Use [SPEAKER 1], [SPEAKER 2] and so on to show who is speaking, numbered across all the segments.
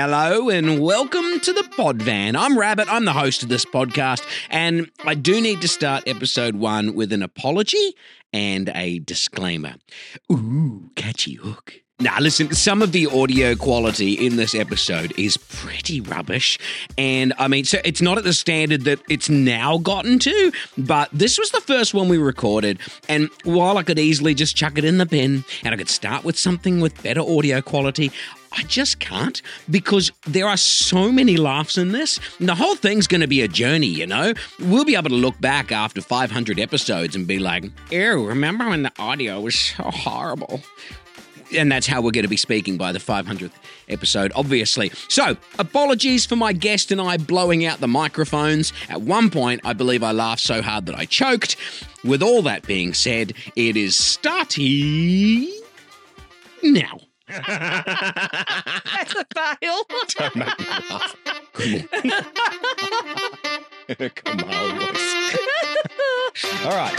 [SPEAKER 1] Hello and welcome to the Pod Van. I'm Rabbit, I'm the host of this podcast, and I do need to start episode one with an apology and a disclaimer. Ooh, catchy hook. Now, listen, some of the audio quality in this episode is pretty rubbish. And I mean, so it's not at the standard that it's now gotten to, but this was the first one we recorded. And while I could easily just chuck it in the bin and I could start with something with better audio quality, I just can't because there are so many laughs in this. And the whole thing's going to be a journey, you know? We'll be able to look back after 500 episodes and be like, ew, remember when the audio was so horrible? and that's how we're going to be speaking by the 500th episode, obviously. So, apologies for my guest and I blowing out the microphones. At one point, I believe I laughed so hard that I choked. With all that being said, it is starting now.
[SPEAKER 2] That's a fail.
[SPEAKER 3] Don't make me laugh. Come on. Come on, boys.
[SPEAKER 1] All right.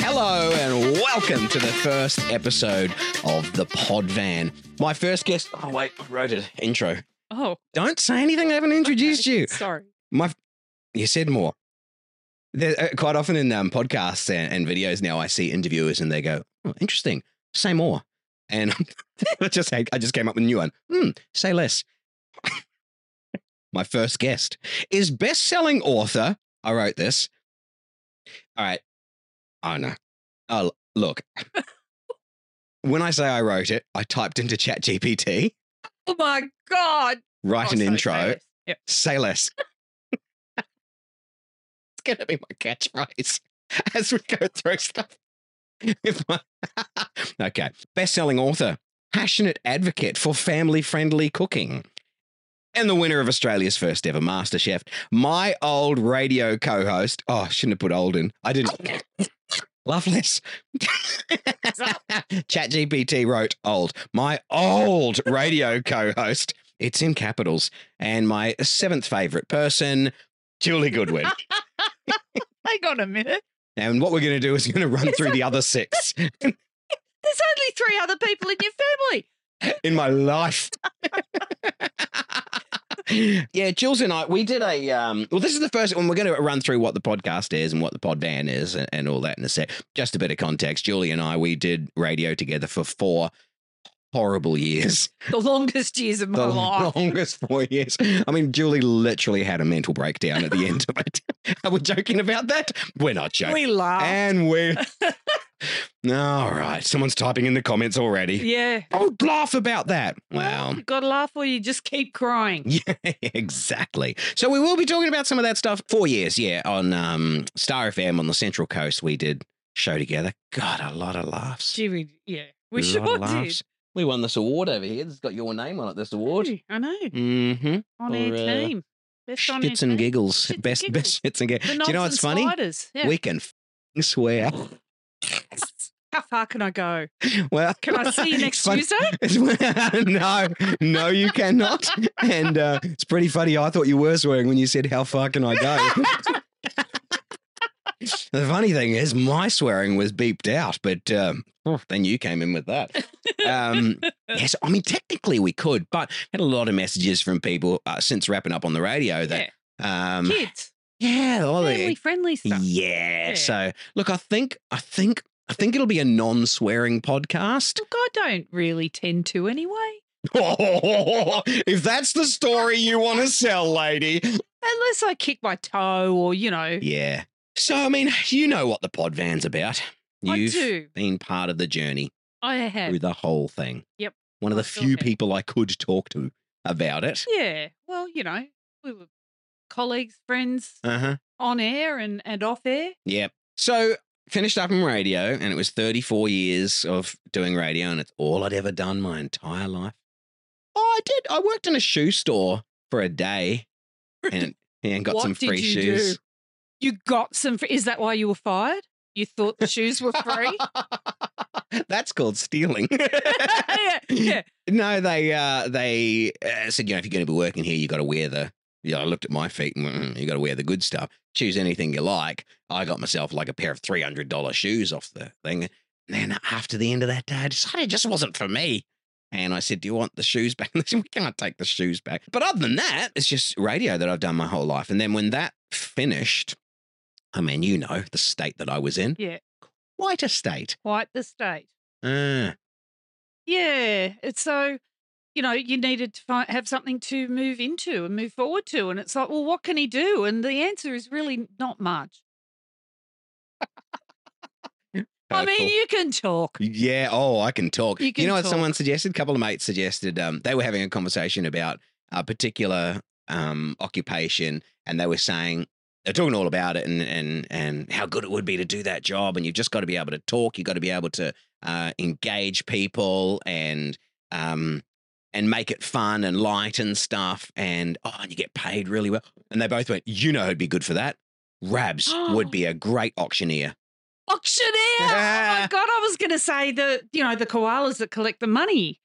[SPEAKER 1] Hello and welcome to the first episode of the Pod Van. My first guest. Oh wait, I wrote it. Intro.
[SPEAKER 2] oh,
[SPEAKER 1] Don't say anything. I haven't introduced you.
[SPEAKER 2] sorry.
[SPEAKER 1] My, you said more. There, uh, quite often in um, podcasts and, and videos now, I see interviewers and they go, oh, "Interesting, say more," and I just I just came up with a new one. Hmm, say less. My first guest is best-selling author. I wrote this. All right. Oh no. Oh l- look. when I say I wrote it, I typed into ChatGPT,
[SPEAKER 2] Oh my god!
[SPEAKER 1] write
[SPEAKER 2] Oh,
[SPEAKER 1] an
[SPEAKER 2] sorry,
[SPEAKER 1] intro.
[SPEAKER 2] failures. Yep.
[SPEAKER 1] Say less. it's going to be my catchphrase as we go through stuff. If I- okay. Best selling author, passionate advocate for family friendly cooking, and the winner of Australia's first ever MasterChef. My old radio co host. Oh, I shouldn't have put old in. I didn't. Loveless. ChatGPT wrote old. My old radio co host. It's in capitals. And my seventh favorite person, Julie Goodwin.
[SPEAKER 2] Hang on a minute.
[SPEAKER 1] and what we're going to do is going to run through the other six
[SPEAKER 2] There's only three other people in your family.
[SPEAKER 1] in my life. yeah, Jules and I, we did a. Um, well, this is the first one. We're going to run through what the podcast is and what the pod van is and, and all that in a sec. Just a bit of context. Julie and I, we did radio together for four horrible years.
[SPEAKER 2] The longest years of my
[SPEAKER 1] the
[SPEAKER 2] life.
[SPEAKER 1] longest four years. I mean, Julie literally had a mental breakdown at the end of it. Are we joking about that? We're not joking.
[SPEAKER 2] We laugh.
[SPEAKER 1] and we. All right, someone's typing in the comments already.
[SPEAKER 2] yeah.
[SPEAKER 1] Don't laugh about that. Wow.
[SPEAKER 2] You gotta laugh or you just keep crying.
[SPEAKER 1] Yeah, exactly. So we will be talking about some of that stuff. Four years, yeah, on um, Star FM on the Central Coast, we did show together. God, a lot of laughs.
[SPEAKER 2] Gee, we, yeah. We
[SPEAKER 1] A lot
[SPEAKER 2] sure
[SPEAKER 1] of
[SPEAKER 2] did.
[SPEAKER 1] laughs. We won this award over here. It's got your name on it. This award.
[SPEAKER 2] Gee, I know.
[SPEAKER 1] Mm-hmm.
[SPEAKER 2] On
[SPEAKER 1] Or,
[SPEAKER 2] our
[SPEAKER 1] uh,
[SPEAKER 2] team. Best on our
[SPEAKER 1] shits and
[SPEAKER 2] team.
[SPEAKER 1] giggles.
[SPEAKER 2] Shits and
[SPEAKER 1] best
[SPEAKER 2] giggles.
[SPEAKER 1] best shits and giggles.
[SPEAKER 2] The
[SPEAKER 1] Do you know
[SPEAKER 2] knobs
[SPEAKER 1] what's
[SPEAKER 2] and
[SPEAKER 1] funny?
[SPEAKER 2] Spiders. Yeah.
[SPEAKER 1] We can f- swear.
[SPEAKER 2] How far can I go?
[SPEAKER 1] Well,
[SPEAKER 2] Can I see you next
[SPEAKER 1] it's fun-
[SPEAKER 2] Tuesday?
[SPEAKER 1] it's- no, no, you cannot. And uh, it's pretty funny. I thought you were swearing when you said, "How far can I go?" the funny thing is, my swearing was beeped out, but um, then you came in with that. Um, yes, I mean technically we could, but had a lot of messages from people uh, since wrapping up on the radio that. Um,
[SPEAKER 2] Kids.
[SPEAKER 1] yeah, all the-
[SPEAKER 2] Family friendly stuff.
[SPEAKER 1] Yeah.
[SPEAKER 2] Yeah.
[SPEAKER 1] So look, I think, I think, I think it'll be a non-swearing podcast.
[SPEAKER 2] Look, I don't really tend to anyway.
[SPEAKER 1] if that's the story you want to sell, lady.
[SPEAKER 2] Unless I kick my toe or, you know,
[SPEAKER 1] Yeah. So I mean, you know what the pod van's about. You've
[SPEAKER 2] I do.
[SPEAKER 1] been part of the journey
[SPEAKER 2] I have.
[SPEAKER 1] through the whole thing.
[SPEAKER 2] Yep.
[SPEAKER 1] One of
[SPEAKER 2] I
[SPEAKER 1] the
[SPEAKER 2] still
[SPEAKER 1] few
[SPEAKER 2] have.
[SPEAKER 1] people I could talk to about it.
[SPEAKER 2] Yeah. Well, you know, we were colleagues, friends
[SPEAKER 1] Uh huh.
[SPEAKER 2] on air and, and off air.
[SPEAKER 1] Yep. So finished up in radio, and it was 34 years of doing radio, and it's all I'd ever done my entire life. Oh, I did. I worked in a shoe store for a day, and and got
[SPEAKER 2] What
[SPEAKER 1] some
[SPEAKER 2] did
[SPEAKER 1] free
[SPEAKER 2] you
[SPEAKER 1] shoes.
[SPEAKER 2] do? You got some. fr- Is that why you were fired? You thought the shoes were free?
[SPEAKER 1] That's called stealing.
[SPEAKER 2] yeah, yeah.
[SPEAKER 1] no, they uh, they uh, said, you know, if you're going to be working here, you got to wear the. Yeah, I looked at my feet and went, "Mm, you got to wear the good stuff. Choose anything you like. I got myself like a pair of three hundred dollar shoes off the thing. And then after the end of that day, I decided it just wasn't for me. And I said, Do you want the shoes back? And they said, We can't take the shoes back. But other than that, it's just radio that I've done my whole life. And then when that finished, I mean, you know, the state that I was in.
[SPEAKER 2] Yeah.
[SPEAKER 1] Quite a state.
[SPEAKER 2] Quite the state.
[SPEAKER 1] Uh,
[SPEAKER 2] Yeah. It's so, you know, you needed to find, have something to move into and move forward to. And it's like, well, what can he do? And the answer is really not much. I mean, you can talk.
[SPEAKER 1] Yeah. Oh, I can talk.
[SPEAKER 2] You
[SPEAKER 1] You,
[SPEAKER 2] can
[SPEAKER 1] know what
[SPEAKER 2] talk.
[SPEAKER 1] someone suggested? A couple of mates suggested um, they were having a conversation about a particular um, occupation, and they were saying they're talking all about it and and and how good it would be to do that job, and you've just got to be able to talk. You've got to be able to uh, engage people and um, and make it fun and light and stuff, and oh, and you get paid really well. And they both went, you know, who'd be good for that? Rabs would be a great auctioneer.
[SPEAKER 2] Auctioneer. oh my God. I was going to say the, you know, the koalas that collect the money.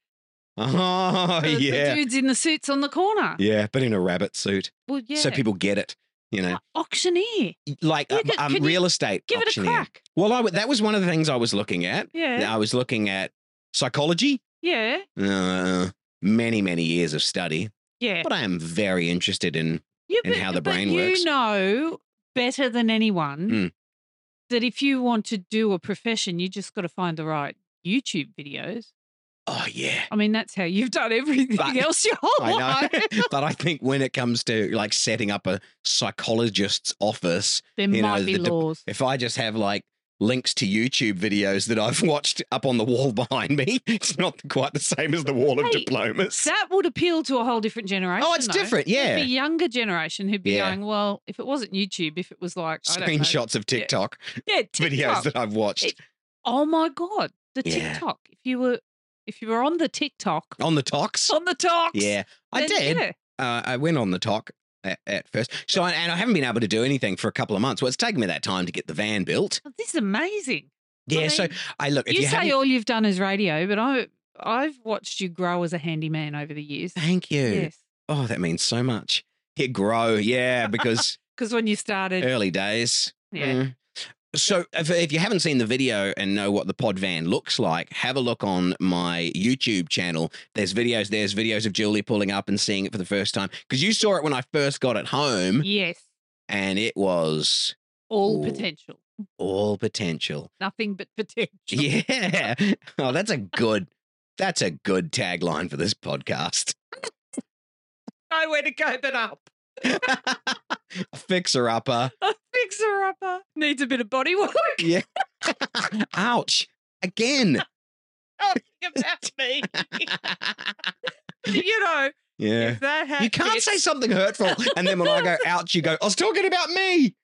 [SPEAKER 1] Oh
[SPEAKER 2] the,
[SPEAKER 1] yeah.
[SPEAKER 2] The dudes in the suits on the corner.
[SPEAKER 1] Yeah, but in a rabbit suit.
[SPEAKER 2] Well, yeah. Uh,
[SPEAKER 1] so people get it. You know,
[SPEAKER 2] auctioneer.
[SPEAKER 1] like
[SPEAKER 2] Yeah,
[SPEAKER 1] um,
[SPEAKER 2] can-
[SPEAKER 1] um,
[SPEAKER 2] can you
[SPEAKER 1] real estate.
[SPEAKER 2] Give it a
[SPEAKER 1] auctioneer.
[SPEAKER 2] crack. Eh?
[SPEAKER 1] Well, I w- that was one of the things I was looking at.
[SPEAKER 2] Yeah.
[SPEAKER 1] I was looking at psychology.
[SPEAKER 2] Yeah.
[SPEAKER 1] Uh, many many years of study,
[SPEAKER 2] Yeah.
[SPEAKER 1] but I am very interested in.
[SPEAKER 2] Yeah,
[SPEAKER 1] and how the
[SPEAKER 2] but
[SPEAKER 1] brain
[SPEAKER 2] you
[SPEAKER 1] works.
[SPEAKER 2] know better than anyone
[SPEAKER 1] Mm.
[SPEAKER 2] that if you want to do a profession, you just got to find the right YouTube videos.
[SPEAKER 1] Oh yeah.
[SPEAKER 2] I mean, that's how you've done everything
[SPEAKER 1] But-
[SPEAKER 2] else your whole
[SPEAKER 1] I know,
[SPEAKER 2] life.
[SPEAKER 1] but I think when it comes to like setting up a psychologist's office,
[SPEAKER 2] There
[SPEAKER 1] You know,
[SPEAKER 2] might be
[SPEAKER 1] the de-
[SPEAKER 2] laws.
[SPEAKER 1] if I just have like links to YouTube videos that I've watched up on the wall behind me, it's not quite the same as the wall of
[SPEAKER 2] Hey,
[SPEAKER 1] diplomas.
[SPEAKER 2] that would appeal to a whole different generation.
[SPEAKER 1] Oh, it's
[SPEAKER 2] though.
[SPEAKER 1] different.
[SPEAKER 2] There'd
[SPEAKER 1] Yeah,
[SPEAKER 2] be a younger generation who'd be
[SPEAKER 1] Yeah.
[SPEAKER 2] going, well, if it wasn't YouTube, if it was like I don't know,
[SPEAKER 1] screenshots of
[SPEAKER 2] Yeah.
[SPEAKER 1] TikTok
[SPEAKER 2] yeah,
[SPEAKER 1] videos
[SPEAKER 2] TikTok.
[SPEAKER 1] that I've watched
[SPEAKER 2] Oh my god, the
[SPEAKER 1] Yeah.
[SPEAKER 2] TikTok! If you were, if you were on the TikTok,
[SPEAKER 1] on the tox.
[SPEAKER 2] on the talks,
[SPEAKER 1] Oh, Yeah, I
[SPEAKER 2] then
[SPEAKER 1] did.
[SPEAKER 2] yeah.
[SPEAKER 1] Uh, I went on the toc at, at first. So I, and I haven't been able to do anything for a couple of months. Well, it's taken me that time to get the van built.
[SPEAKER 2] Oh, This is amazing.
[SPEAKER 1] Yeah. so
[SPEAKER 2] mean,
[SPEAKER 1] I look. If
[SPEAKER 2] you,
[SPEAKER 1] you,
[SPEAKER 2] say
[SPEAKER 1] haven't-
[SPEAKER 2] all you've done is radio, but I I've watched you grow as a handyman over the years.
[SPEAKER 1] thank you.
[SPEAKER 2] Yes,
[SPEAKER 1] Oh, that means so much. It grow. Yeah, because
[SPEAKER 2] because when you started,
[SPEAKER 1] early days.
[SPEAKER 2] yeah,
[SPEAKER 1] Mm. So if, if you haven't seen the video and know what the pod van looks like, have a look on my YouTube channel. There's videos. There's videos of Julie pulling up and seeing it for the first time because you saw it when I first got it home,
[SPEAKER 2] yes,
[SPEAKER 1] and it was
[SPEAKER 2] all
[SPEAKER 1] Um, Ooh.
[SPEAKER 2] potential,
[SPEAKER 1] all potential.
[SPEAKER 2] nothing but potential.
[SPEAKER 1] Yeah. Oh, that's a good. That's a good tagline for this podcast.
[SPEAKER 2] Nowhere to go but up.
[SPEAKER 1] Fixer upper.
[SPEAKER 2] A fixer upper needs a bit of body work.
[SPEAKER 1] Ouch. Again.
[SPEAKER 2] About me, you know,
[SPEAKER 1] yeah.
[SPEAKER 2] if that happens,
[SPEAKER 1] You can't say something hurtful. And then when I go, ouch, you go, I was talking about me.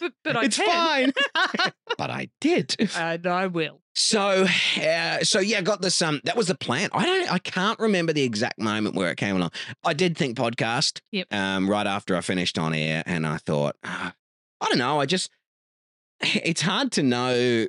[SPEAKER 2] but, but I
[SPEAKER 1] it's
[SPEAKER 2] can,
[SPEAKER 1] fine. but I did.
[SPEAKER 2] and I will.
[SPEAKER 1] So, uh, so yeah, I got this. Um, that was the plan. I don't, I can't remember the exact moment where it came along. I did think podcast.
[SPEAKER 2] Yep.
[SPEAKER 1] Um, right after I finished on air, and I thought, ah, I don't know. I just, it's hard to know.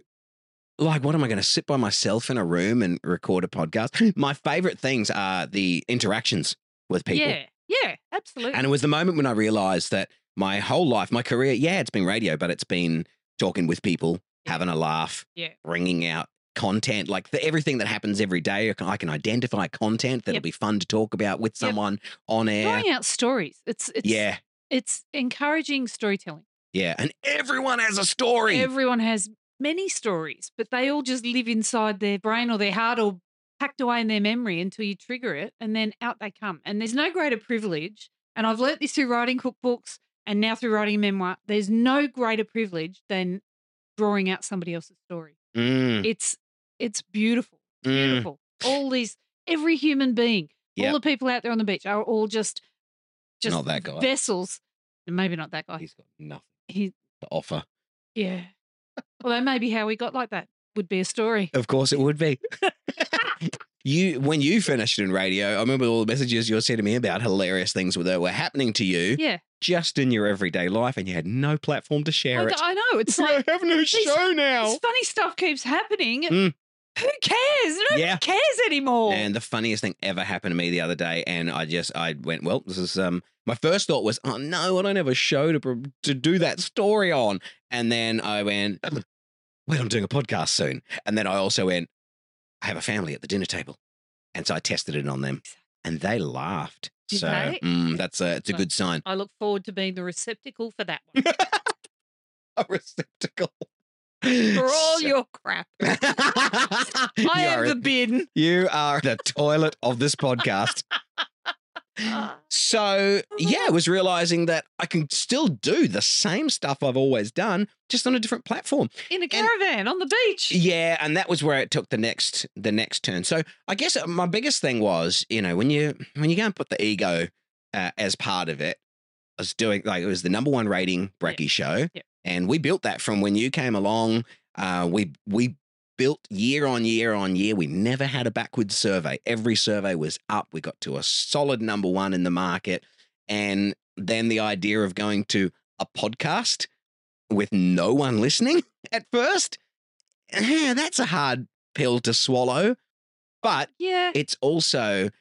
[SPEAKER 1] Like, what am I going to sit by myself in a room and record a podcast? My favorite things are the interactions with people.
[SPEAKER 2] Yeah, yeah, absolutely.
[SPEAKER 1] And it was the moment when I realized that my whole life, my career, yeah, it's been radio, but it's been talking with people,
[SPEAKER 2] Yeah.
[SPEAKER 1] having a laugh,
[SPEAKER 2] Yeah.
[SPEAKER 1] bringing out content, like the, everything that happens every day. I can, I can identify content that'll
[SPEAKER 2] Yep.
[SPEAKER 1] be fun to talk about with
[SPEAKER 2] Yep.
[SPEAKER 1] someone on air.
[SPEAKER 2] Throwing out stories. It's it's
[SPEAKER 1] Yeah,
[SPEAKER 2] it's encouraging storytelling.
[SPEAKER 1] yeah. And everyone has a story.
[SPEAKER 2] Everyone has many stories, but they all just live inside their brain or their heart or packed away in their memory until you trigger it and then out they come. And there's no greater privilege. And I've learnt this through writing cookbooks and now through writing a memoir. There's no greater privilege than drawing out somebody else's story.
[SPEAKER 1] Mm,
[SPEAKER 2] It's it's beautiful.
[SPEAKER 1] mm.
[SPEAKER 2] Beautiful. All these every human being,
[SPEAKER 1] Yep.
[SPEAKER 2] all the people out there on the beach are all just just
[SPEAKER 1] Not that guy.
[SPEAKER 2] vessels. Maybe not that guy.
[SPEAKER 1] He's got nothing
[SPEAKER 2] He
[SPEAKER 1] to offer.
[SPEAKER 2] yeah. Although maybe how we got like that would be a story.
[SPEAKER 1] Of course, it would be. you when you finished in radio, I remember all the messages you were sending me about hilarious things that were happening to you.
[SPEAKER 2] Yeah.
[SPEAKER 1] just in your everyday life and you had no platform to share
[SPEAKER 2] I,
[SPEAKER 1] it.
[SPEAKER 2] I know. It's like
[SPEAKER 1] I have no show now.
[SPEAKER 2] this funny stuff keeps happening.
[SPEAKER 1] Mm.
[SPEAKER 2] Who cares? Nobody
[SPEAKER 1] Yeah.
[SPEAKER 2] cares anymore.
[SPEAKER 1] And the funniest thing ever happened to me the other day, and I just I went, well, this is um. My first thought was, oh no, I don't have a show to pro- to do that story on, and then I went, wait, I'm doing a podcast soon, and then I also went, I have a family at the dinner table, And so I tested it on them and they laughed.
[SPEAKER 2] Did
[SPEAKER 1] so
[SPEAKER 2] they?
[SPEAKER 1] mm, that's a, it's a good sign.
[SPEAKER 2] I look forward to being the receptacle for that one.
[SPEAKER 1] A receptacle.
[SPEAKER 2] For all
[SPEAKER 1] So-
[SPEAKER 2] your crap.
[SPEAKER 1] I you,
[SPEAKER 2] I
[SPEAKER 1] are,
[SPEAKER 2] am the bin.
[SPEAKER 1] you are the toilet of this podcast.
[SPEAKER 2] Ah,
[SPEAKER 1] So yeah, I was realizing that I can still do the same stuff I've always done, just on a different platform.
[SPEAKER 2] In a caravan on the beach.
[SPEAKER 1] Yeah, and that was where it took the next the next turn. So I guess uh, my biggest thing was, you know, when you when you go and put the ego uh, as part of it, I was doing like it was the number one rating Brecky show,
[SPEAKER 2] Yep.
[SPEAKER 1] and we built that from when you came along. Uh, we we built year on year on year. We never had a backwards survey. Every survey was up. We got to a solid number one in the market, and then the idea of going to a podcast with no one listening at first, eh, that's a hard pill to swallow. But
[SPEAKER 2] Yeah.
[SPEAKER 1] it's also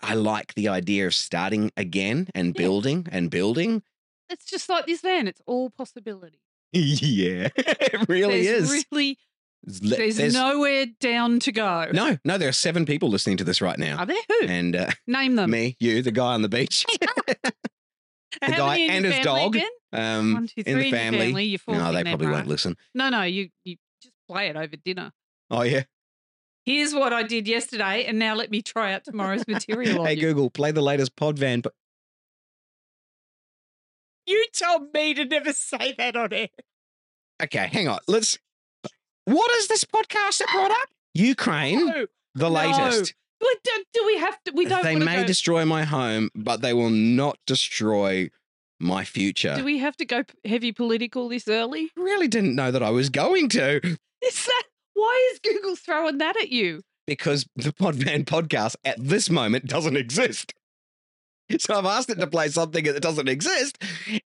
[SPEAKER 1] I like the idea of starting again and
[SPEAKER 2] Yeah.
[SPEAKER 1] building and building.
[SPEAKER 2] It's just like this van. It's all possibility.
[SPEAKER 1] Yeah, it really
[SPEAKER 2] there's
[SPEAKER 1] is.
[SPEAKER 2] Really,
[SPEAKER 1] There's le-
[SPEAKER 2] there's, nowhere down to go.
[SPEAKER 1] no, no. There are seven people listening to this right now,
[SPEAKER 2] Are there who?
[SPEAKER 1] and uh,
[SPEAKER 2] Name them.
[SPEAKER 1] me, you, the guy on the beach,
[SPEAKER 2] How
[SPEAKER 1] the guy
[SPEAKER 2] many in
[SPEAKER 1] and
[SPEAKER 2] your
[SPEAKER 1] his
[SPEAKER 2] family
[SPEAKER 1] dog,
[SPEAKER 2] again?
[SPEAKER 1] um,
[SPEAKER 2] One, two, three
[SPEAKER 1] in the
[SPEAKER 2] In your family
[SPEAKER 1] family.
[SPEAKER 2] you're
[SPEAKER 1] No, they
[SPEAKER 2] forcing that,
[SPEAKER 1] probably
[SPEAKER 2] right?
[SPEAKER 1] won't listen.
[SPEAKER 2] No, no, you, you just play it over dinner.
[SPEAKER 1] Oh yeah.
[SPEAKER 2] Here's what I did yesterday, and now let me try out tomorrow's material on
[SPEAKER 1] hey
[SPEAKER 2] you.
[SPEAKER 1] Google, play the latest Podvan. But
[SPEAKER 2] You told me to never say that on air.
[SPEAKER 1] okay, hang on. Let's. What is this podcast that brought up? Ukraine,
[SPEAKER 2] No,
[SPEAKER 1] the
[SPEAKER 2] no.
[SPEAKER 1] latest.
[SPEAKER 2] We don't, do we have to? We don't.
[SPEAKER 1] they
[SPEAKER 2] wanna
[SPEAKER 1] may
[SPEAKER 2] go,
[SPEAKER 1] destroy my home, but they will not destroy my future.
[SPEAKER 2] Do we have to go p- heavy political this early?
[SPEAKER 1] really didn't know that I was going to
[SPEAKER 2] Is that why is Google throwing that at you?
[SPEAKER 1] because the Podman podcast at this moment doesn't exist. So I've asked it to play something that doesn't exist,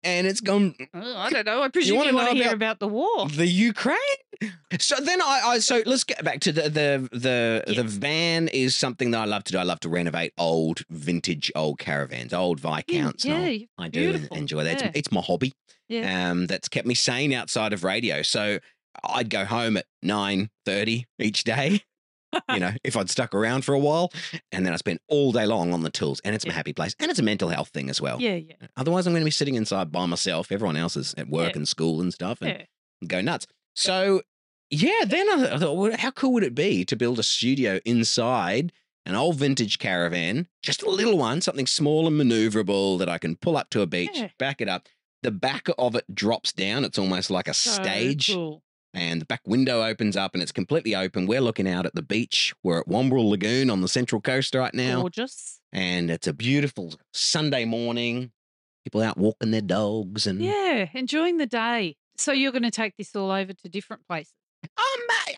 [SPEAKER 1] and it's gone
[SPEAKER 2] Oh, I don't know. I presume you want
[SPEAKER 1] wanna
[SPEAKER 2] to
[SPEAKER 1] know
[SPEAKER 2] hear
[SPEAKER 1] about-
[SPEAKER 2] about the war.
[SPEAKER 1] the Ukraine. So then I, I so let's get back to the the the the van is something that I love to do. I love to renovate old vintage old caravans, old viscounts. and all
[SPEAKER 2] yeah, you-
[SPEAKER 1] I do en-
[SPEAKER 2] Beautiful.
[SPEAKER 1] enjoy that.
[SPEAKER 2] Yeah.
[SPEAKER 1] It's, it's my hobby.
[SPEAKER 2] Yeah.
[SPEAKER 1] Um, that's kept me sane outside of radio. So I'd go home at nine thirty each day. you know, if I'd stuck around for a while, and then I spend all day long on the tools, and it's my
[SPEAKER 2] Yeah.
[SPEAKER 1] happy place, and it's a mental health thing as well.
[SPEAKER 2] yeah, yeah,
[SPEAKER 1] Otherwise, I'm going to be sitting inside by myself. Everyone else is at work
[SPEAKER 2] Yeah.
[SPEAKER 1] and school and stuff, and
[SPEAKER 2] yeah.
[SPEAKER 1] go nuts. So yeah, then I I thought, well, how cool would it be to build a studio inside an old vintage caravan, just a little one, something small and maneuverable that I can pull up to a beach,
[SPEAKER 2] Yeah.
[SPEAKER 1] back it up. The back of it drops down. It's almost like a
[SPEAKER 2] So
[SPEAKER 1] stage,
[SPEAKER 2] cool.
[SPEAKER 1] and the back window opens up, and it's completely open. We're looking out at the beach. We're at Wombrel Lagoon on the Central Coast right now,
[SPEAKER 2] Gorgeous.
[SPEAKER 1] and it's a beautiful Sunday morning. People out walking their dogs, and
[SPEAKER 2] Yeah, enjoying the day. So you're going to take this all over to different places.
[SPEAKER 1] Um,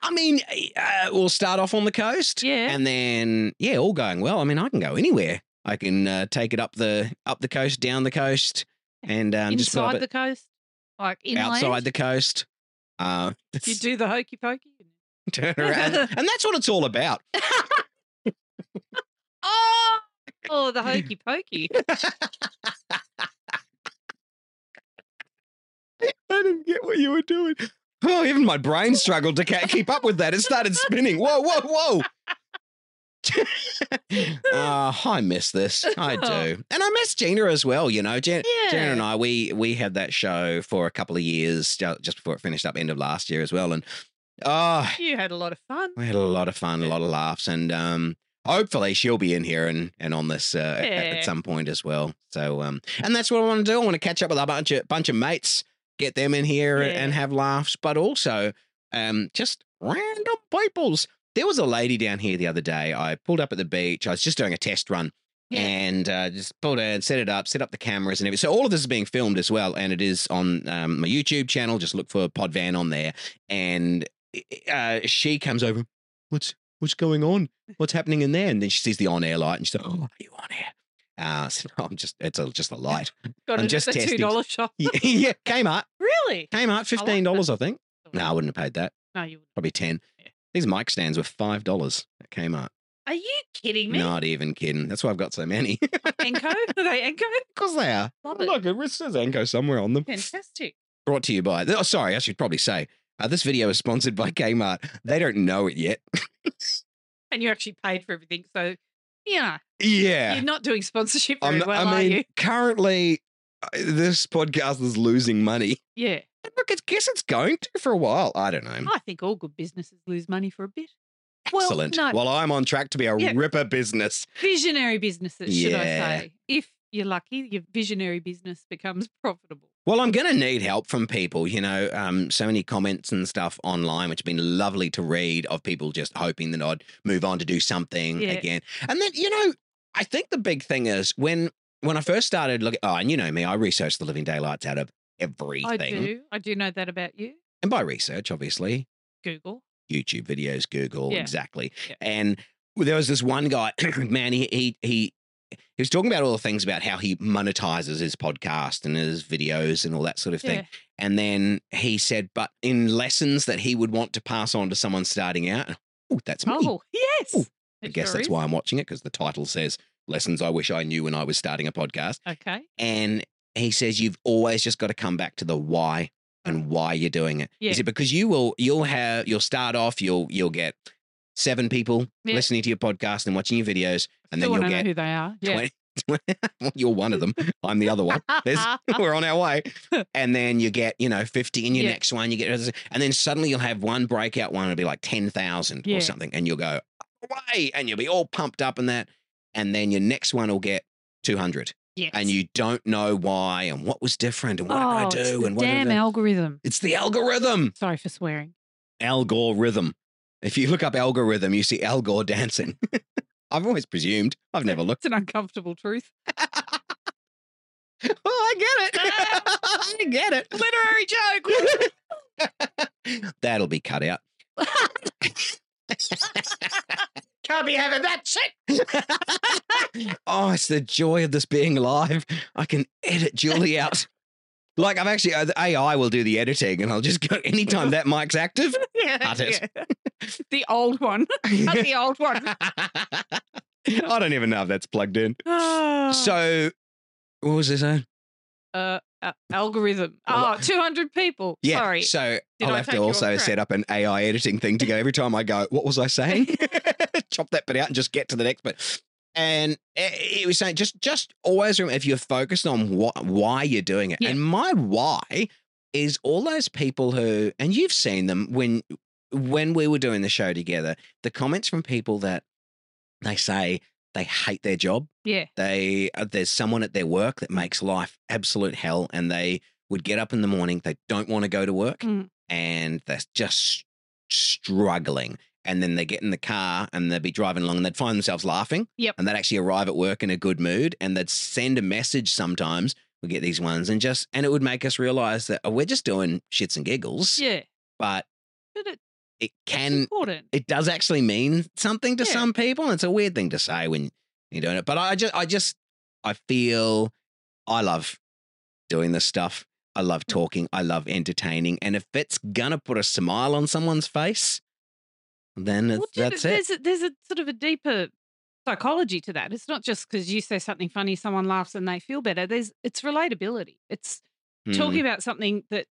[SPEAKER 1] I mean, uh, we'll start off on the coast,
[SPEAKER 2] Yeah.
[SPEAKER 1] and then yeah, all going well. I mean, I can go anywhere. I can uh, take it up the up the coast, down the coast, and um, just put up
[SPEAKER 2] Inside the
[SPEAKER 1] it
[SPEAKER 2] coast, like inland.
[SPEAKER 1] outside the coast. Uh,
[SPEAKER 2] You do the hokey pokey.
[SPEAKER 1] turn around, and that's what it's all about.
[SPEAKER 2] Oh, oh, the hokey pokey.
[SPEAKER 1] I didn't get what you were doing. Oh, even my brain struggled to ca- keep up with that. It started spinning. Whoa, whoa, whoa. oh, I miss this. I do. And I miss Gina as well, you know. Gina,
[SPEAKER 2] Yeah.
[SPEAKER 1] Gina and I, we we had that show for a couple of years, ju- just before it finished up, end of last year as well. And oh,
[SPEAKER 2] You had a lot of fun.
[SPEAKER 1] we had a lot of fun, a lot of laughs, and um, hopefully she'll be in here and and on this uh, at- at,
[SPEAKER 2] Yeah.
[SPEAKER 1] some point as well. So um, and that's what I want to do. I want to catch up with a bunch of bunch of mates, get them in here
[SPEAKER 2] Yeah.
[SPEAKER 1] and have laughs, but also um, just random peoples. There was a lady down here the other day. I pulled up at the beach. I was just doing a test run.
[SPEAKER 2] Yeah.
[SPEAKER 1] And uh, just pulled in, set it up, set up the cameras and everything. So all of this is being filmed as well, and it is on um, my YouTube channel. Just look for Podvan on there, and uh, she comes over. What's what's going on? What's happening in there? And then she sees the on-air light, and she's like, "Oh, are you on air?" Uh, I said, "No, I'm just it's a, just a light.
[SPEAKER 2] Got
[SPEAKER 1] I'm
[SPEAKER 2] it
[SPEAKER 1] just
[SPEAKER 2] at the
[SPEAKER 1] testing.
[SPEAKER 2] two dollar shop.
[SPEAKER 1] yeah, yeah, Kmart,
[SPEAKER 2] Really?
[SPEAKER 1] Kmart,
[SPEAKER 2] I like
[SPEAKER 1] fifteen dollars, I think. No, I wouldn't have paid that.
[SPEAKER 2] No, you. wouldn't.
[SPEAKER 1] Probably ten.
[SPEAKER 2] Yeah.
[SPEAKER 1] These mic stands were five dollars at Kmart.
[SPEAKER 2] Are you kidding me?
[SPEAKER 1] Not even kidding. That's why I've got so many.
[SPEAKER 2] Enco? Are they Enco?
[SPEAKER 1] Because they are.
[SPEAKER 2] Love it.
[SPEAKER 1] Look, it says Anko somewhere on them.
[SPEAKER 2] Fantastic.
[SPEAKER 1] Brought to you by. Oh, sorry, I should probably say uh, this video is sponsored by Kmart. They don't know it yet.
[SPEAKER 2] and you actually paid for everything. So, yeah,
[SPEAKER 4] Yeah.
[SPEAKER 2] you're not doing sponsorship very
[SPEAKER 4] I'm, not-
[SPEAKER 2] well,
[SPEAKER 4] I
[SPEAKER 2] are you?
[SPEAKER 4] mean, currently, uh, this podcast is losing money.
[SPEAKER 2] Yeah.
[SPEAKER 4] And Look, I guess it's going to for a while. I don't know.
[SPEAKER 2] I think all good businesses lose money for a bit. Oh, well,
[SPEAKER 4] Excellent.
[SPEAKER 2] no.
[SPEAKER 4] Well, I'm on track to be a
[SPEAKER 2] Yeah.
[SPEAKER 4] ripper business.
[SPEAKER 2] Visionary businesses, should I
[SPEAKER 4] Yeah.
[SPEAKER 2] say. If you're lucky, your visionary business becomes profitable.
[SPEAKER 1] Well, I'm going to need help from people. You know, um, so many comments and stuff online, which have been lovely to read of people just hoping that I'd move on to do something
[SPEAKER 2] Yeah.
[SPEAKER 1] again. And then, you know, I think the big thing is when when I first started looking. Oh, and you know me, I research the Living Daylights out of everything,
[SPEAKER 2] I do. I do know that about you.
[SPEAKER 1] and by research, obviously,
[SPEAKER 2] Google.
[SPEAKER 1] YouTube videos, Google,
[SPEAKER 2] Yeah.
[SPEAKER 1] exactly.
[SPEAKER 2] Yeah.
[SPEAKER 1] And there was this one guy, man, he, he he he was talking about all the things about how he monetizes his podcast and his videos and all that sort of thing.
[SPEAKER 2] Yeah.
[SPEAKER 1] And then he said, but in lessons that he would want to pass on to someone starting out, oh, that's me.
[SPEAKER 2] Oh, yes.
[SPEAKER 1] Ooh, I
[SPEAKER 2] It
[SPEAKER 1] guess
[SPEAKER 2] sure
[SPEAKER 1] that's
[SPEAKER 2] is.
[SPEAKER 1] why I'm watching it because the title says Lessons I Wish I Knew When I Was Starting a Podcast.
[SPEAKER 2] Okay.
[SPEAKER 1] And he says, You've always just got to come back to the why and why you're doing it.
[SPEAKER 2] Yeah.
[SPEAKER 1] Is it because you will, you'll have, you'll start off, you'll, you'll get seven people
[SPEAKER 2] Yeah.
[SPEAKER 1] listening to your podcast and watching your videos. And
[SPEAKER 2] Still
[SPEAKER 1] then
[SPEAKER 2] want
[SPEAKER 1] you'll
[SPEAKER 2] to know
[SPEAKER 1] get
[SPEAKER 2] who they are. Yeah.
[SPEAKER 1] 20. well, you're one of them. I'm the other one. There's- we're on our way. And then you get, you know, 50 in your
[SPEAKER 2] Yeah.
[SPEAKER 1] next one, you get, and then suddenly you'll have one breakout one, it'll be like 10,000
[SPEAKER 2] Yeah.
[SPEAKER 1] or something. And you'll go, away. And you'll be all pumped up in that. And then your next one will get 200.
[SPEAKER 2] yes.
[SPEAKER 1] And you don't know why and what was different and what
[SPEAKER 2] Oh,
[SPEAKER 1] did I
[SPEAKER 2] it's
[SPEAKER 1] do
[SPEAKER 2] the
[SPEAKER 1] and what
[SPEAKER 2] damn
[SPEAKER 1] did I-
[SPEAKER 2] algorithm.
[SPEAKER 1] It's the algorithm.
[SPEAKER 2] Sorry for swearing.
[SPEAKER 1] Algorithm. If you look up algorithm, you see Al Gore dancing. I've always presumed. I've never looked.
[SPEAKER 2] It's an uncomfortable truth.
[SPEAKER 1] Oh, I get it. I get it.
[SPEAKER 2] Literary joke.
[SPEAKER 1] That'll be cut out. Can't be having that shit. oh, it's the joy of this being live. I can edit Julie out. Like I've actually, uh, the AI will do the editing, and I'll just go anytime that mic's active.
[SPEAKER 2] yeah,
[SPEAKER 1] Cut it.
[SPEAKER 2] yeah. The old one. Cut the old one.
[SPEAKER 1] I don't even know if that's plugged in.
[SPEAKER 2] Oh.
[SPEAKER 1] So, what was this? uh,
[SPEAKER 2] uh, uh, algorithm.
[SPEAKER 1] Well,
[SPEAKER 2] Oh, 200 people.
[SPEAKER 1] Yeah.
[SPEAKER 2] Sorry.
[SPEAKER 1] So
[SPEAKER 2] Did
[SPEAKER 1] I'll
[SPEAKER 2] I
[SPEAKER 1] have
[SPEAKER 2] take
[SPEAKER 1] to
[SPEAKER 2] you
[SPEAKER 1] also
[SPEAKER 2] off track?
[SPEAKER 1] set up an AI editing thing to go every time I go, what was I saying? Chop that bit out and just get to the next bit. And it it was saying just just always remember if you're focused on what why you're doing it.
[SPEAKER 2] Yeah.
[SPEAKER 1] And my why is all those people who and you've seen them when when we were doing the show together, the comments from people that they say they hate their job
[SPEAKER 2] yeah.
[SPEAKER 1] they uh, there's someone at their work that makes life absolute hell and they would get up in the morning they don't want to go to work
[SPEAKER 2] Mm.
[SPEAKER 1] and they're just s- struggling and then they get in the car and they'd be driving along and they'd find themselves laughing
[SPEAKER 2] Yep.
[SPEAKER 1] and they'd actually arrive at work in a good mood and they'd send a message sometimes we get these ones and just and it would make us realize that oh, we're just doing shits and giggles
[SPEAKER 2] Yeah.
[SPEAKER 1] but
[SPEAKER 2] But it,
[SPEAKER 1] it
[SPEAKER 2] it's
[SPEAKER 1] can
[SPEAKER 2] important.
[SPEAKER 1] it does actually mean something to
[SPEAKER 2] Yeah.
[SPEAKER 1] some people. It's a weird thing to say when you're doing it, but I just, I just, I feel I love doing this stuff. I love
[SPEAKER 2] Mm.
[SPEAKER 1] talking. I love entertaining. And if it's gonna put a smile on someone's face, then
[SPEAKER 2] Well,
[SPEAKER 1] it's,
[SPEAKER 2] do you know,
[SPEAKER 1] that's it.
[SPEAKER 2] There's a, there's a sort of a deeper psychology to that. It's not just because you say something funny, someone laughs and they feel better. There's it's relatability. It's talking
[SPEAKER 1] Hmm.
[SPEAKER 2] about something that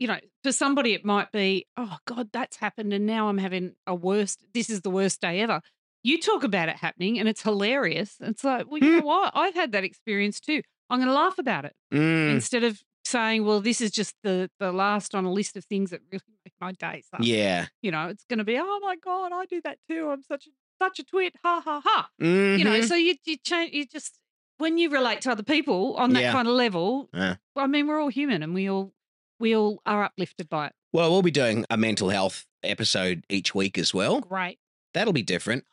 [SPEAKER 2] you know for somebody it might be oh god that's happened and now i'm having a worst this is the worst day ever you talk about it happening and it's hilarious it's like well
[SPEAKER 1] Hmm.
[SPEAKER 2] you know what i've had that experience too i'm going to laugh about it
[SPEAKER 1] Mm, mm.
[SPEAKER 2] instead of saying well this is just the the last on a list of things that really make my day suck
[SPEAKER 1] yeah,
[SPEAKER 2] you know it's going to be oh my god i do that too i'm such a such a twit ha ha ha you know
[SPEAKER 1] Mhm.
[SPEAKER 2] so you you change you just when you relate to other people on that
[SPEAKER 1] Yeah. Uh.
[SPEAKER 2] kind of level
[SPEAKER 1] Yeah.
[SPEAKER 2] i mean we're all human and we all we all are uplifted by it
[SPEAKER 1] Well, we'll be doing a mental health episode each week as well.
[SPEAKER 2] great
[SPEAKER 1] That'll be different.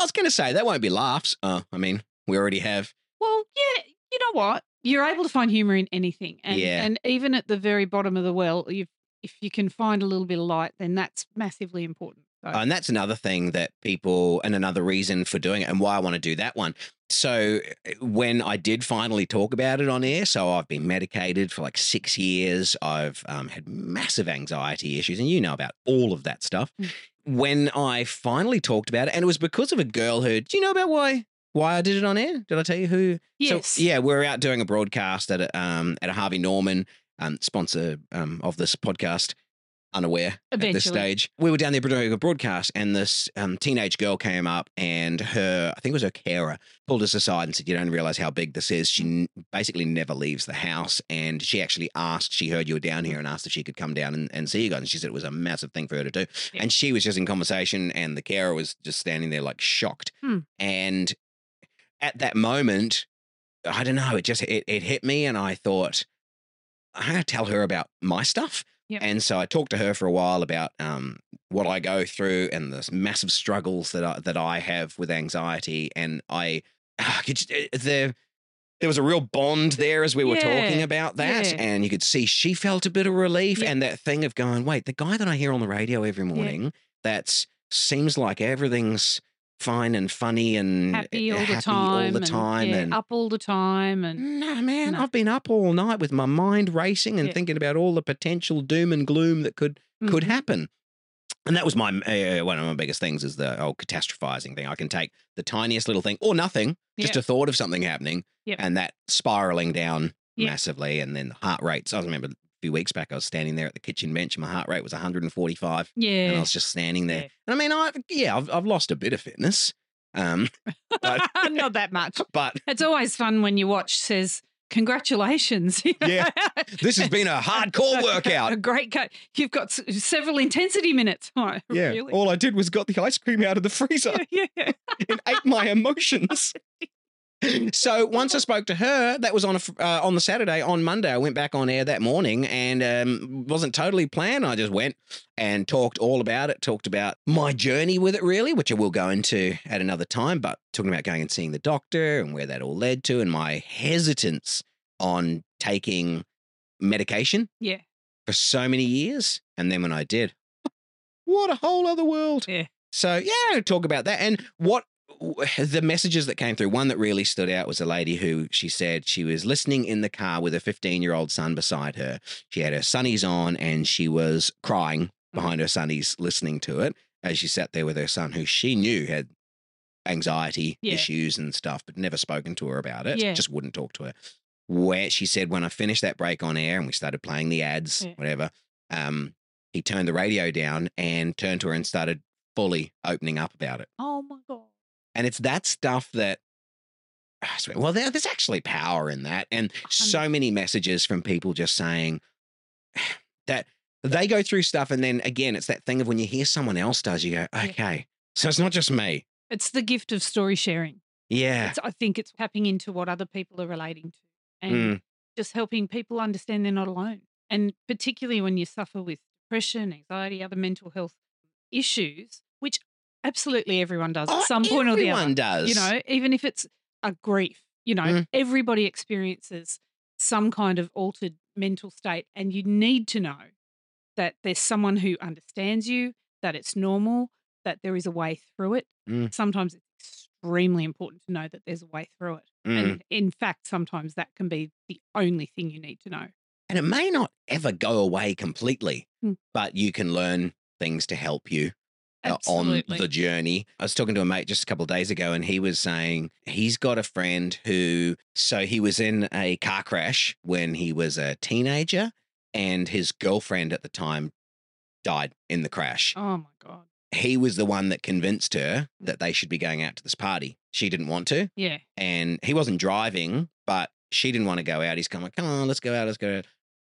[SPEAKER 1] I was gonna say that won't be laughs. Uh, I mean, we already have.
[SPEAKER 2] well yeah you know what you're able to find humor in anything and
[SPEAKER 1] Yeah.
[SPEAKER 2] and even at the very bottom of the well you if you can find a little bit of light then that's massively important so,
[SPEAKER 1] Uh, And that's another thing that people, and another reason for doing it, and why I want to do that one. So, uh, when I did finally talk about it on air, so I've been medicated for like six years. I've um, had massive anxiety issues, and you know about all of that stuff.
[SPEAKER 2] Mm.
[SPEAKER 1] When I finally talked about it, and it was because of a girl who, do you know about why? Why I did it on air? Did I tell you who?
[SPEAKER 2] yes
[SPEAKER 1] So, yeah, we're out doing a broadcast at a, um, at a Harvey Norman um, sponsor um, of this podcast. unaware at this
[SPEAKER 2] Eventually.
[SPEAKER 1] stage. We were down there doing a broadcast, and this um, teenage girl came up, and her, I think it was her carer, pulled us aside and said, "You don't realize how big this is." She n- basically never leaves the house, and she actually asked. She heard you were down here and asked if she could come down and, and see you guys. And she said it was a massive thing for her to do,
[SPEAKER 2] Yeah.
[SPEAKER 1] and she was just in conversation, and the carer was just standing there like shocked,
[SPEAKER 2] Hmm.
[SPEAKER 1] and at that moment. I don't know. It just it, it hit me, and I thought, I had to tell her about my stuff.
[SPEAKER 2] Yep.
[SPEAKER 1] And so I talked to her for a while about um, what I go through and the massive struggles that I, that I have with anxiety. And I, ah, could you- eh, the, there was a real bond there as we were talking
[SPEAKER 2] Yeah,
[SPEAKER 1] about that.
[SPEAKER 2] yeah.
[SPEAKER 1] And you could see she felt a bit of relief.
[SPEAKER 2] Yeah.
[SPEAKER 1] And that thing of going, wait, the guy that I hear on the radio every morning that's seems like everything's fine and funny and
[SPEAKER 2] happy all the
[SPEAKER 1] happy
[SPEAKER 2] time,
[SPEAKER 1] all the time
[SPEAKER 2] yeah,
[SPEAKER 1] and Mm.
[SPEAKER 2] up all the time, and
[SPEAKER 1] no, man,
[SPEAKER 2] No.
[SPEAKER 1] I've been up all night with my mind racing and
[SPEAKER 2] Yeah.
[SPEAKER 1] thinking about all the potential doom and gloom that could could
[SPEAKER 2] Mhm.
[SPEAKER 1] happen. And that was my uh, one of my biggest things is the oh catastrophizing thing. I can take the tiniest little thing or nothing, just
[SPEAKER 2] Yeah.
[SPEAKER 1] a thought of something happening,
[SPEAKER 2] Yep.
[SPEAKER 1] and that spiraling down
[SPEAKER 2] Yeah.
[SPEAKER 1] massively, and then the heart rates. I remember a few weeks back, I was standing there at the kitchen bench, and my heart rate was 145 and I
[SPEAKER 2] yeah,
[SPEAKER 1] was just standing there.
[SPEAKER 2] Yeah.
[SPEAKER 1] And I mean, I yeah, I've, I've lost a bit of fitness, um,
[SPEAKER 2] not that much.
[SPEAKER 1] but
[SPEAKER 2] It's always fun when your watch says congratulations. you know?
[SPEAKER 1] Yeah. this has been a hardcore workout.
[SPEAKER 2] A great cut. You've got s- several intensity minutes. Oh,
[SPEAKER 4] Yeah.
[SPEAKER 2] really?
[SPEAKER 4] All I did was got the ice cream out of the freezer
[SPEAKER 2] yeah, yeah.
[SPEAKER 4] and ate my emotions.
[SPEAKER 1] So once I spoke to her, that was on a, fr- uh, on the Saturday. On Monday, I went back on air that morning and um, wasn't totally planned. I just went and talked all about it. Talked about my journey with it, really, which I will go into at another time. But talking about going and seeing the doctor and where that all led to, and my hesitance on taking medication
[SPEAKER 2] Yeah.
[SPEAKER 1] for so many years, and then when I did, what a whole other world.
[SPEAKER 2] Yeah.
[SPEAKER 1] So yeah, talk about that and what the messages that came through. One that really stood out was a lady who she said she was listening in the car with her 15 year old son beside her. She had her sunnies on and she was crying behind her sunnies listening to it as she sat there with her son who she knew had anxiety
[SPEAKER 2] Yeah.
[SPEAKER 1] issues and stuff but never spoken to her about it
[SPEAKER 2] Yeah.
[SPEAKER 1] just wouldn't talk to her where she said when i finished that break on air and we started playing the ads
[SPEAKER 2] Yeah.
[SPEAKER 1] whatever um, he turned the radio down and turned to her and started fully opening up about it.
[SPEAKER 2] Oh my god.
[SPEAKER 1] And it's that stuff that, Ah, sweet. well, there, there's actually power in that. And so many messages from people just saying that they go through stuff. And then again, it's that thing of when you hear someone else does, you go, okay, so it's not just me.
[SPEAKER 2] It's the gift of story sharing.
[SPEAKER 1] Yeah.
[SPEAKER 2] It's, I think it's tapping into what other people are relating to and
[SPEAKER 1] Mm.
[SPEAKER 2] just helping people understand they're not alone. And particularly when you suffer with depression, anxiety, other mental health issues, which absolutely everyone does
[SPEAKER 1] Oh,
[SPEAKER 2] at some point or the other.
[SPEAKER 1] everyone does.
[SPEAKER 2] you know even if it's a grief you know
[SPEAKER 1] Mm.
[SPEAKER 2] everybody experiences some kind of altered mental state and you need to know that there's someone who understands you that it's normal that there is a way through it
[SPEAKER 1] Mm.
[SPEAKER 2] sometimes it's extremely important to know that there's a way through it
[SPEAKER 1] Mm.
[SPEAKER 2] and in fact sometimes that can be the only thing you need to know
[SPEAKER 1] And it may not ever go away completely,
[SPEAKER 2] Hmm.
[SPEAKER 1] but you can learn things to help you uh, on
[SPEAKER 2] Absolutely.
[SPEAKER 1] the journey. I was talking to a mate just a couple of days ago, and he was saying he's got a friend who, so he was in a car crash when he was a teenager, and his girlfriend at the time died in the crash.
[SPEAKER 2] oh Hmm. my god
[SPEAKER 1] He was the one that convinced her that they should be going out to this party. She didn't want to
[SPEAKER 2] yeah
[SPEAKER 1] and he wasn't driving, but she didn't want to go out. He's kind of like, come on, let's go out, let's go out.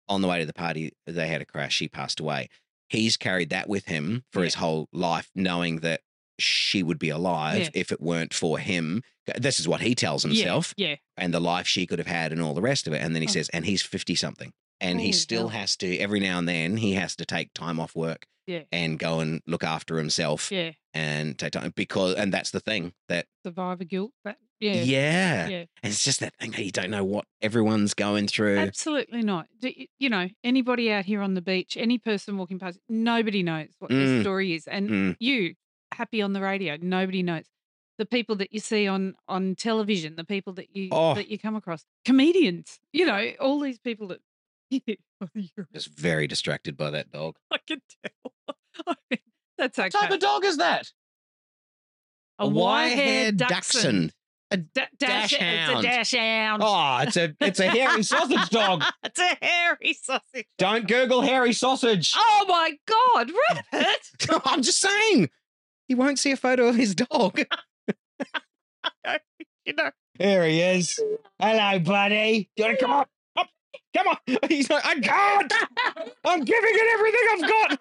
[SPEAKER 1] On the way to the party, they had a crash. She passed away. He's carried that with him for his whole life, knowing that she would be alive
[SPEAKER 2] Yeah.
[SPEAKER 1] if it weren't for him. This is what he tells
[SPEAKER 2] Yeah,
[SPEAKER 1] himself
[SPEAKER 2] yeah
[SPEAKER 1] and the life she could have had and all the rest of it. And then he
[SPEAKER 2] Oh.
[SPEAKER 1] says, and he's 50 something. And he
[SPEAKER 2] Holy
[SPEAKER 1] still
[SPEAKER 2] hell.
[SPEAKER 1] has to, every now and then, he has to take time off work
[SPEAKER 2] yeah
[SPEAKER 1] and go and look after himself
[SPEAKER 2] yeah
[SPEAKER 1] and take time because, and that's the thing that,
[SPEAKER 2] survivor guilt that yeah
[SPEAKER 1] yeah.
[SPEAKER 2] yeah
[SPEAKER 1] And it's just that thing that you don't know what everyone's going through.
[SPEAKER 2] Absolutely not. D- y- You know, anybody out here on the beach, any person walking past, nobody knows what
[SPEAKER 1] Mm.
[SPEAKER 2] their story is. And
[SPEAKER 1] Mm.
[SPEAKER 2] you, happy on the radio, nobody knows. The people that you see on on television, the people that you
[SPEAKER 1] Oh.
[SPEAKER 2] that you come across, comedians, you know, all these people that you're
[SPEAKER 1] Just very distracted by that dog.
[SPEAKER 2] I can tell. I mean, that's okay.
[SPEAKER 1] dog is that?
[SPEAKER 2] a wire-haired
[SPEAKER 1] Dachshund.
[SPEAKER 2] Da-
[SPEAKER 1] Dash
[SPEAKER 2] dash,
[SPEAKER 1] hound.
[SPEAKER 2] It's a dash hound.
[SPEAKER 5] Oh, it's a it's a hairy sausage dog.
[SPEAKER 2] It's a hairy sausage.
[SPEAKER 5] Don't Google hairy sausage.
[SPEAKER 2] Oh my God, Rabbit.
[SPEAKER 5] I'm just saying. He won't see a photo of his dog.
[SPEAKER 2] you know,
[SPEAKER 5] There he is. Hello, buddy. Do you want to come up? up? Come on. He's like, I can't. I'm giving it everything I've got.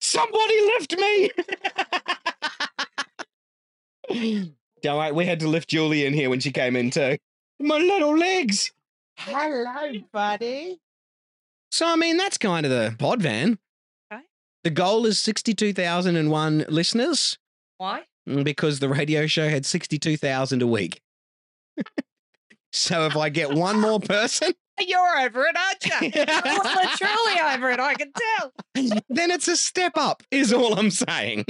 [SPEAKER 5] Somebody lift me. Don't worry, we had to lift Julie in here when she came in too. My little legs. Hello, buddy.
[SPEAKER 1] So I mean, that's kind of the pod van.
[SPEAKER 2] Okay.
[SPEAKER 1] The goal is sixty-two thousand and one listeners
[SPEAKER 2] why?
[SPEAKER 1] mm, because the radio show had sixty-two thousand a week. so if I get one more person,
[SPEAKER 2] You're over it, aren't you? You're truly over it, I can tell.
[SPEAKER 1] then it's a step up. Is all I'm saying.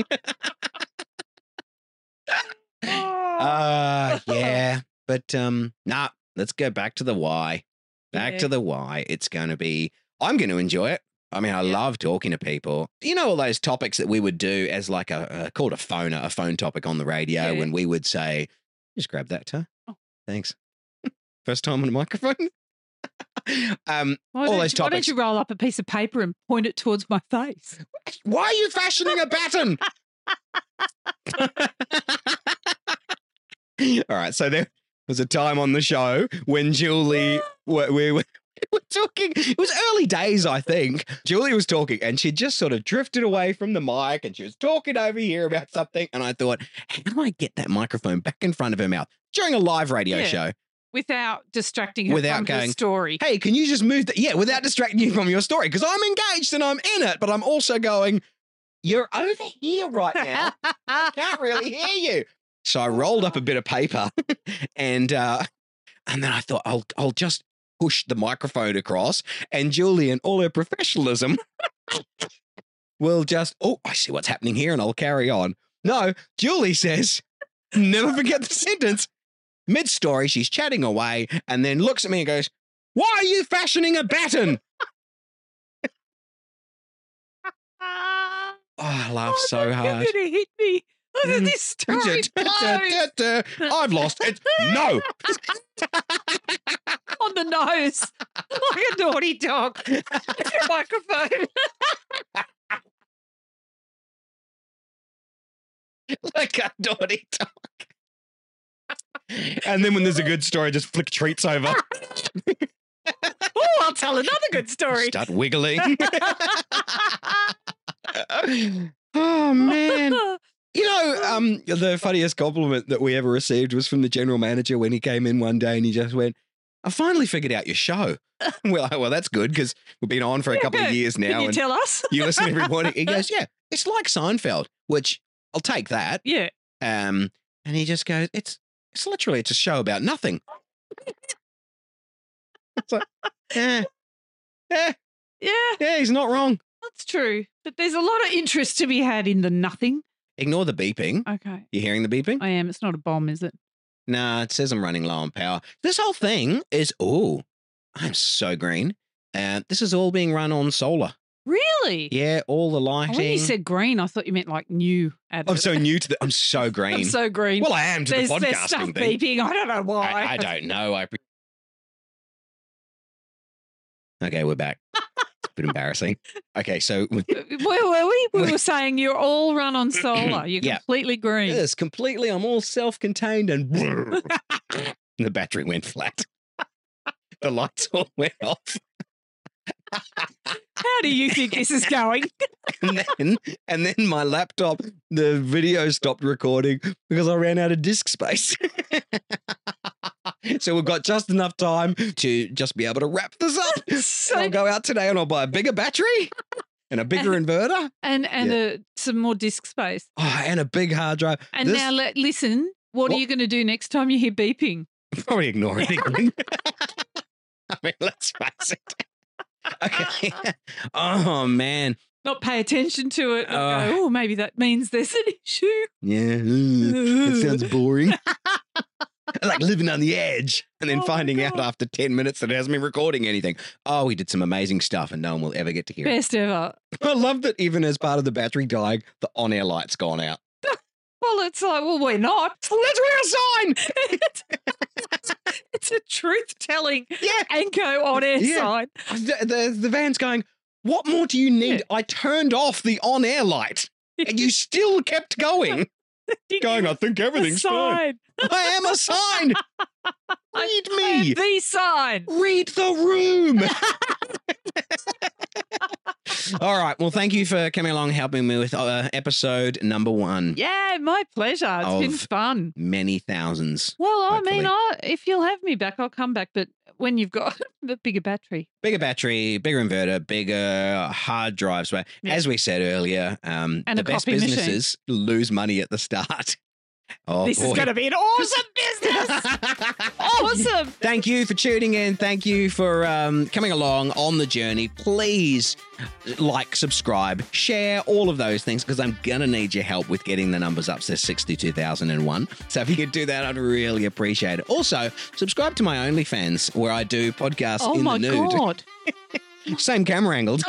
[SPEAKER 2] Oh.
[SPEAKER 1] Uh yeah. But um nah, let's go back to the why. Back
[SPEAKER 2] Yeah.
[SPEAKER 1] to the why. It's gonna be I'm gonna enjoy it. I mean, I
[SPEAKER 2] Yeah.
[SPEAKER 1] love talking to people. You know, all those topics that we would do as like a, a called a phoner, a phone topic on the radio,
[SPEAKER 2] Yeah.
[SPEAKER 1] when we would say, just grab that, huh?
[SPEAKER 2] Oh.
[SPEAKER 1] Thanks. First time on a microphone. um,
[SPEAKER 2] Why
[SPEAKER 1] all those
[SPEAKER 2] don't you- Why don't
[SPEAKER 1] topics.
[SPEAKER 2] you roll up a piece of paper and point it towards my face?
[SPEAKER 1] why are you fashioning a baton?
[SPEAKER 5] All right, so there was a time on the show when Julie, we, we, we were talking, it was early days, I think. Julie was talking and she just sort of drifted away from the mic and she was talking over here about something.
[SPEAKER 1] And I thought, how do I get that microphone back in front of her mouth during a live radio
[SPEAKER 2] Yeah.
[SPEAKER 1] show?
[SPEAKER 2] Without distracting her
[SPEAKER 1] Without
[SPEAKER 2] from her
[SPEAKER 1] going,
[SPEAKER 2] story.
[SPEAKER 1] hey, can you just move that? Yeah, without distracting you from your story, because I'm engaged and I'm in it, but I'm also going, you're over here right now. Can't really hear you. So I rolled up a bit of paper and uh, and then I thought I'll I'll just push the microphone across and Julie and all her professionalism will just, oh, I see what's happening here and I'll carry on. No, Julie says, never forget the sentence. Mid story, she's chatting away and then looks at me and goes, why are you fashioning a baton?
[SPEAKER 2] Ah,
[SPEAKER 1] Oh, I laugh
[SPEAKER 2] oh,
[SPEAKER 1] so
[SPEAKER 2] no,
[SPEAKER 1] hard.
[SPEAKER 2] You're going to hit me. Look at
[SPEAKER 1] Mm.
[SPEAKER 2] this story. blows
[SPEAKER 1] I've lost it. No.
[SPEAKER 2] on the nose like a naughty dog. It's your microphone.
[SPEAKER 1] Like a naughty dog.
[SPEAKER 5] And then when there's a good story, just flick treats over.
[SPEAKER 2] Oh, I'll tell another good story.
[SPEAKER 1] Start wiggling.
[SPEAKER 5] Oh, man.
[SPEAKER 2] oh,
[SPEAKER 5] You know, um, the funniest compliment that we ever received was from the general manager when he came in one day and he just went,
[SPEAKER 1] I finally figured out your show. Well, well, that's good because we've been on for a couple of years
[SPEAKER 2] Can
[SPEAKER 1] now,
[SPEAKER 2] you
[SPEAKER 1] and
[SPEAKER 2] tell us?
[SPEAKER 1] you listen every morning. He goes, "Yeah, it's like Seinfeld," which I'll take that.
[SPEAKER 2] Yeah.
[SPEAKER 1] Um, and he just goes, "It's it's literally it's a show about nothing." it's like, eh,
[SPEAKER 2] Yeah,
[SPEAKER 1] yeah, he's not wrong.
[SPEAKER 2] that's true. But there's a lot of interest to be had in the nothing.
[SPEAKER 1] Ignore the beeping.
[SPEAKER 2] Okay.
[SPEAKER 1] You hearing the beeping?
[SPEAKER 2] I am. It's not a bomb, is it?
[SPEAKER 1] Nah, it says I'm running low on power. This whole thing is, oh, I'm so green. Uh, this is all being run on solar.
[SPEAKER 2] Really?
[SPEAKER 1] Yeah, all the
[SPEAKER 2] Oh,
[SPEAKER 1] lighting.
[SPEAKER 2] When you said green, I thought you meant like new. Added.
[SPEAKER 1] I'm so new to the, I'm so green.
[SPEAKER 2] I'm so green.
[SPEAKER 1] well, I am to
[SPEAKER 2] there's,
[SPEAKER 1] the
[SPEAKER 2] there's stuff
[SPEAKER 1] podcasting thing.
[SPEAKER 2] beeping. I don't know why.
[SPEAKER 1] I, I don't know. I. pre- Okay, we're back. It's a bit embarrassing. Okay, so
[SPEAKER 2] Where were we? We were saying you're all run on solar. You're
[SPEAKER 1] Yeah.
[SPEAKER 2] completely green.
[SPEAKER 1] this completely, I'm all self-contained, and the battery went flat. The lights all went off.
[SPEAKER 2] How do you think this is going?
[SPEAKER 1] and then and then my laptop the video stopped recording because i ran out of disk space so we've got just enough time to just be able to wrap this up so i'll
[SPEAKER 2] So,
[SPEAKER 1] go out today and i'll buy a bigger battery and a bigger inverter
[SPEAKER 2] and and uh, some more disk space.
[SPEAKER 1] oh, and a big hard drive
[SPEAKER 2] And
[SPEAKER 1] This-
[SPEAKER 2] now let, listen. What are
[SPEAKER 1] What?
[SPEAKER 2] you going to do next time you hear beeping?
[SPEAKER 1] probably ignore it i mean let's face it okay oh man
[SPEAKER 2] Not pay attention to it. not
[SPEAKER 1] Uh.
[SPEAKER 2] go, oh, maybe that means there's an issue.
[SPEAKER 1] yeah mm, that sounds boring like living on the edge and then
[SPEAKER 2] Oh my
[SPEAKER 1] finding out
[SPEAKER 2] God.
[SPEAKER 1] after 10 minutes that it hasn't been recording anything. Oh, we did some amazing stuff and no one will ever get to hear it.
[SPEAKER 2] Best ever.
[SPEAKER 1] I love that even as part of the battery dying, the on air light's gone out.
[SPEAKER 2] Well, it's like, well, we're not.
[SPEAKER 1] Let's wear a sign.
[SPEAKER 2] It's a truth telling
[SPEAKER 1] Yeah.
[SPEAKER 2] Anko on air
[SPEAKER 1] Yeah.
[SPEAKER 2] sign.
[SPEAKER 1] The, the, the van's going, What more do you need? I turned off the on air light and you still kept going. going, I think
[SPEAKER 2] The
[SPEAKER 1] everything's fine.
[SPEAKER 2] sign.
[SPEAKER 1] I am a sign. Read me.
[SPEAKER 2] The sign.
[SPEAKER 1] Read the room. All right. Well, thank you for coming along, helping me with uh, episode number one.
[SPEAKER 2] Yeah, my pleasure. It's been
[SPEAKER 1] Of-
[SPEAKER 2] fun.
[SPEAKER 1] Many thousands.
[SPEAKER 2] Well, I mean,
[SPEAKER 1] Hopefully.
[SPEAKER 2] I, if you'll have me back, I'll come back. But when you've got a bigger battery,
[SPEAKER 1] Bigger battery, bigger inverter, bigger hard drives. But
[SPEAKER 2] Yeah.
[SPEAKER 1] as we said earlier, um,
[SPEAKER 2] And
[SPEAKER 1] the
[SPEAKER 2] a
[SPEAKER 1] best
[SPEAKER 2] copy machine.
[SPEAKER 1] businesses lose money at the start. Oh,
[SPEAKER 2] this is
[SPEAKER 1] boy.
[SPEAKER 2] going to be an awesome business. awesome.
[SPEAKER 1] Thank you for tuning in. Thank you for um, coming along on the journey. Please uh, like, subscribe, share, all of those things because I'm going to need your help with getting the numbers up to 62,001. So if you could do that, I'd really appreciate it. Also, subscribe to my OnlyFans where I do podcasts
[SPEAKER 2] Oh
[SPEAKER 1] in
[SPEAKER 2] my
[SPEAKER 1] the nude.
[SPEAKER 2] God.
[SPEAKER 1] Same camera angled.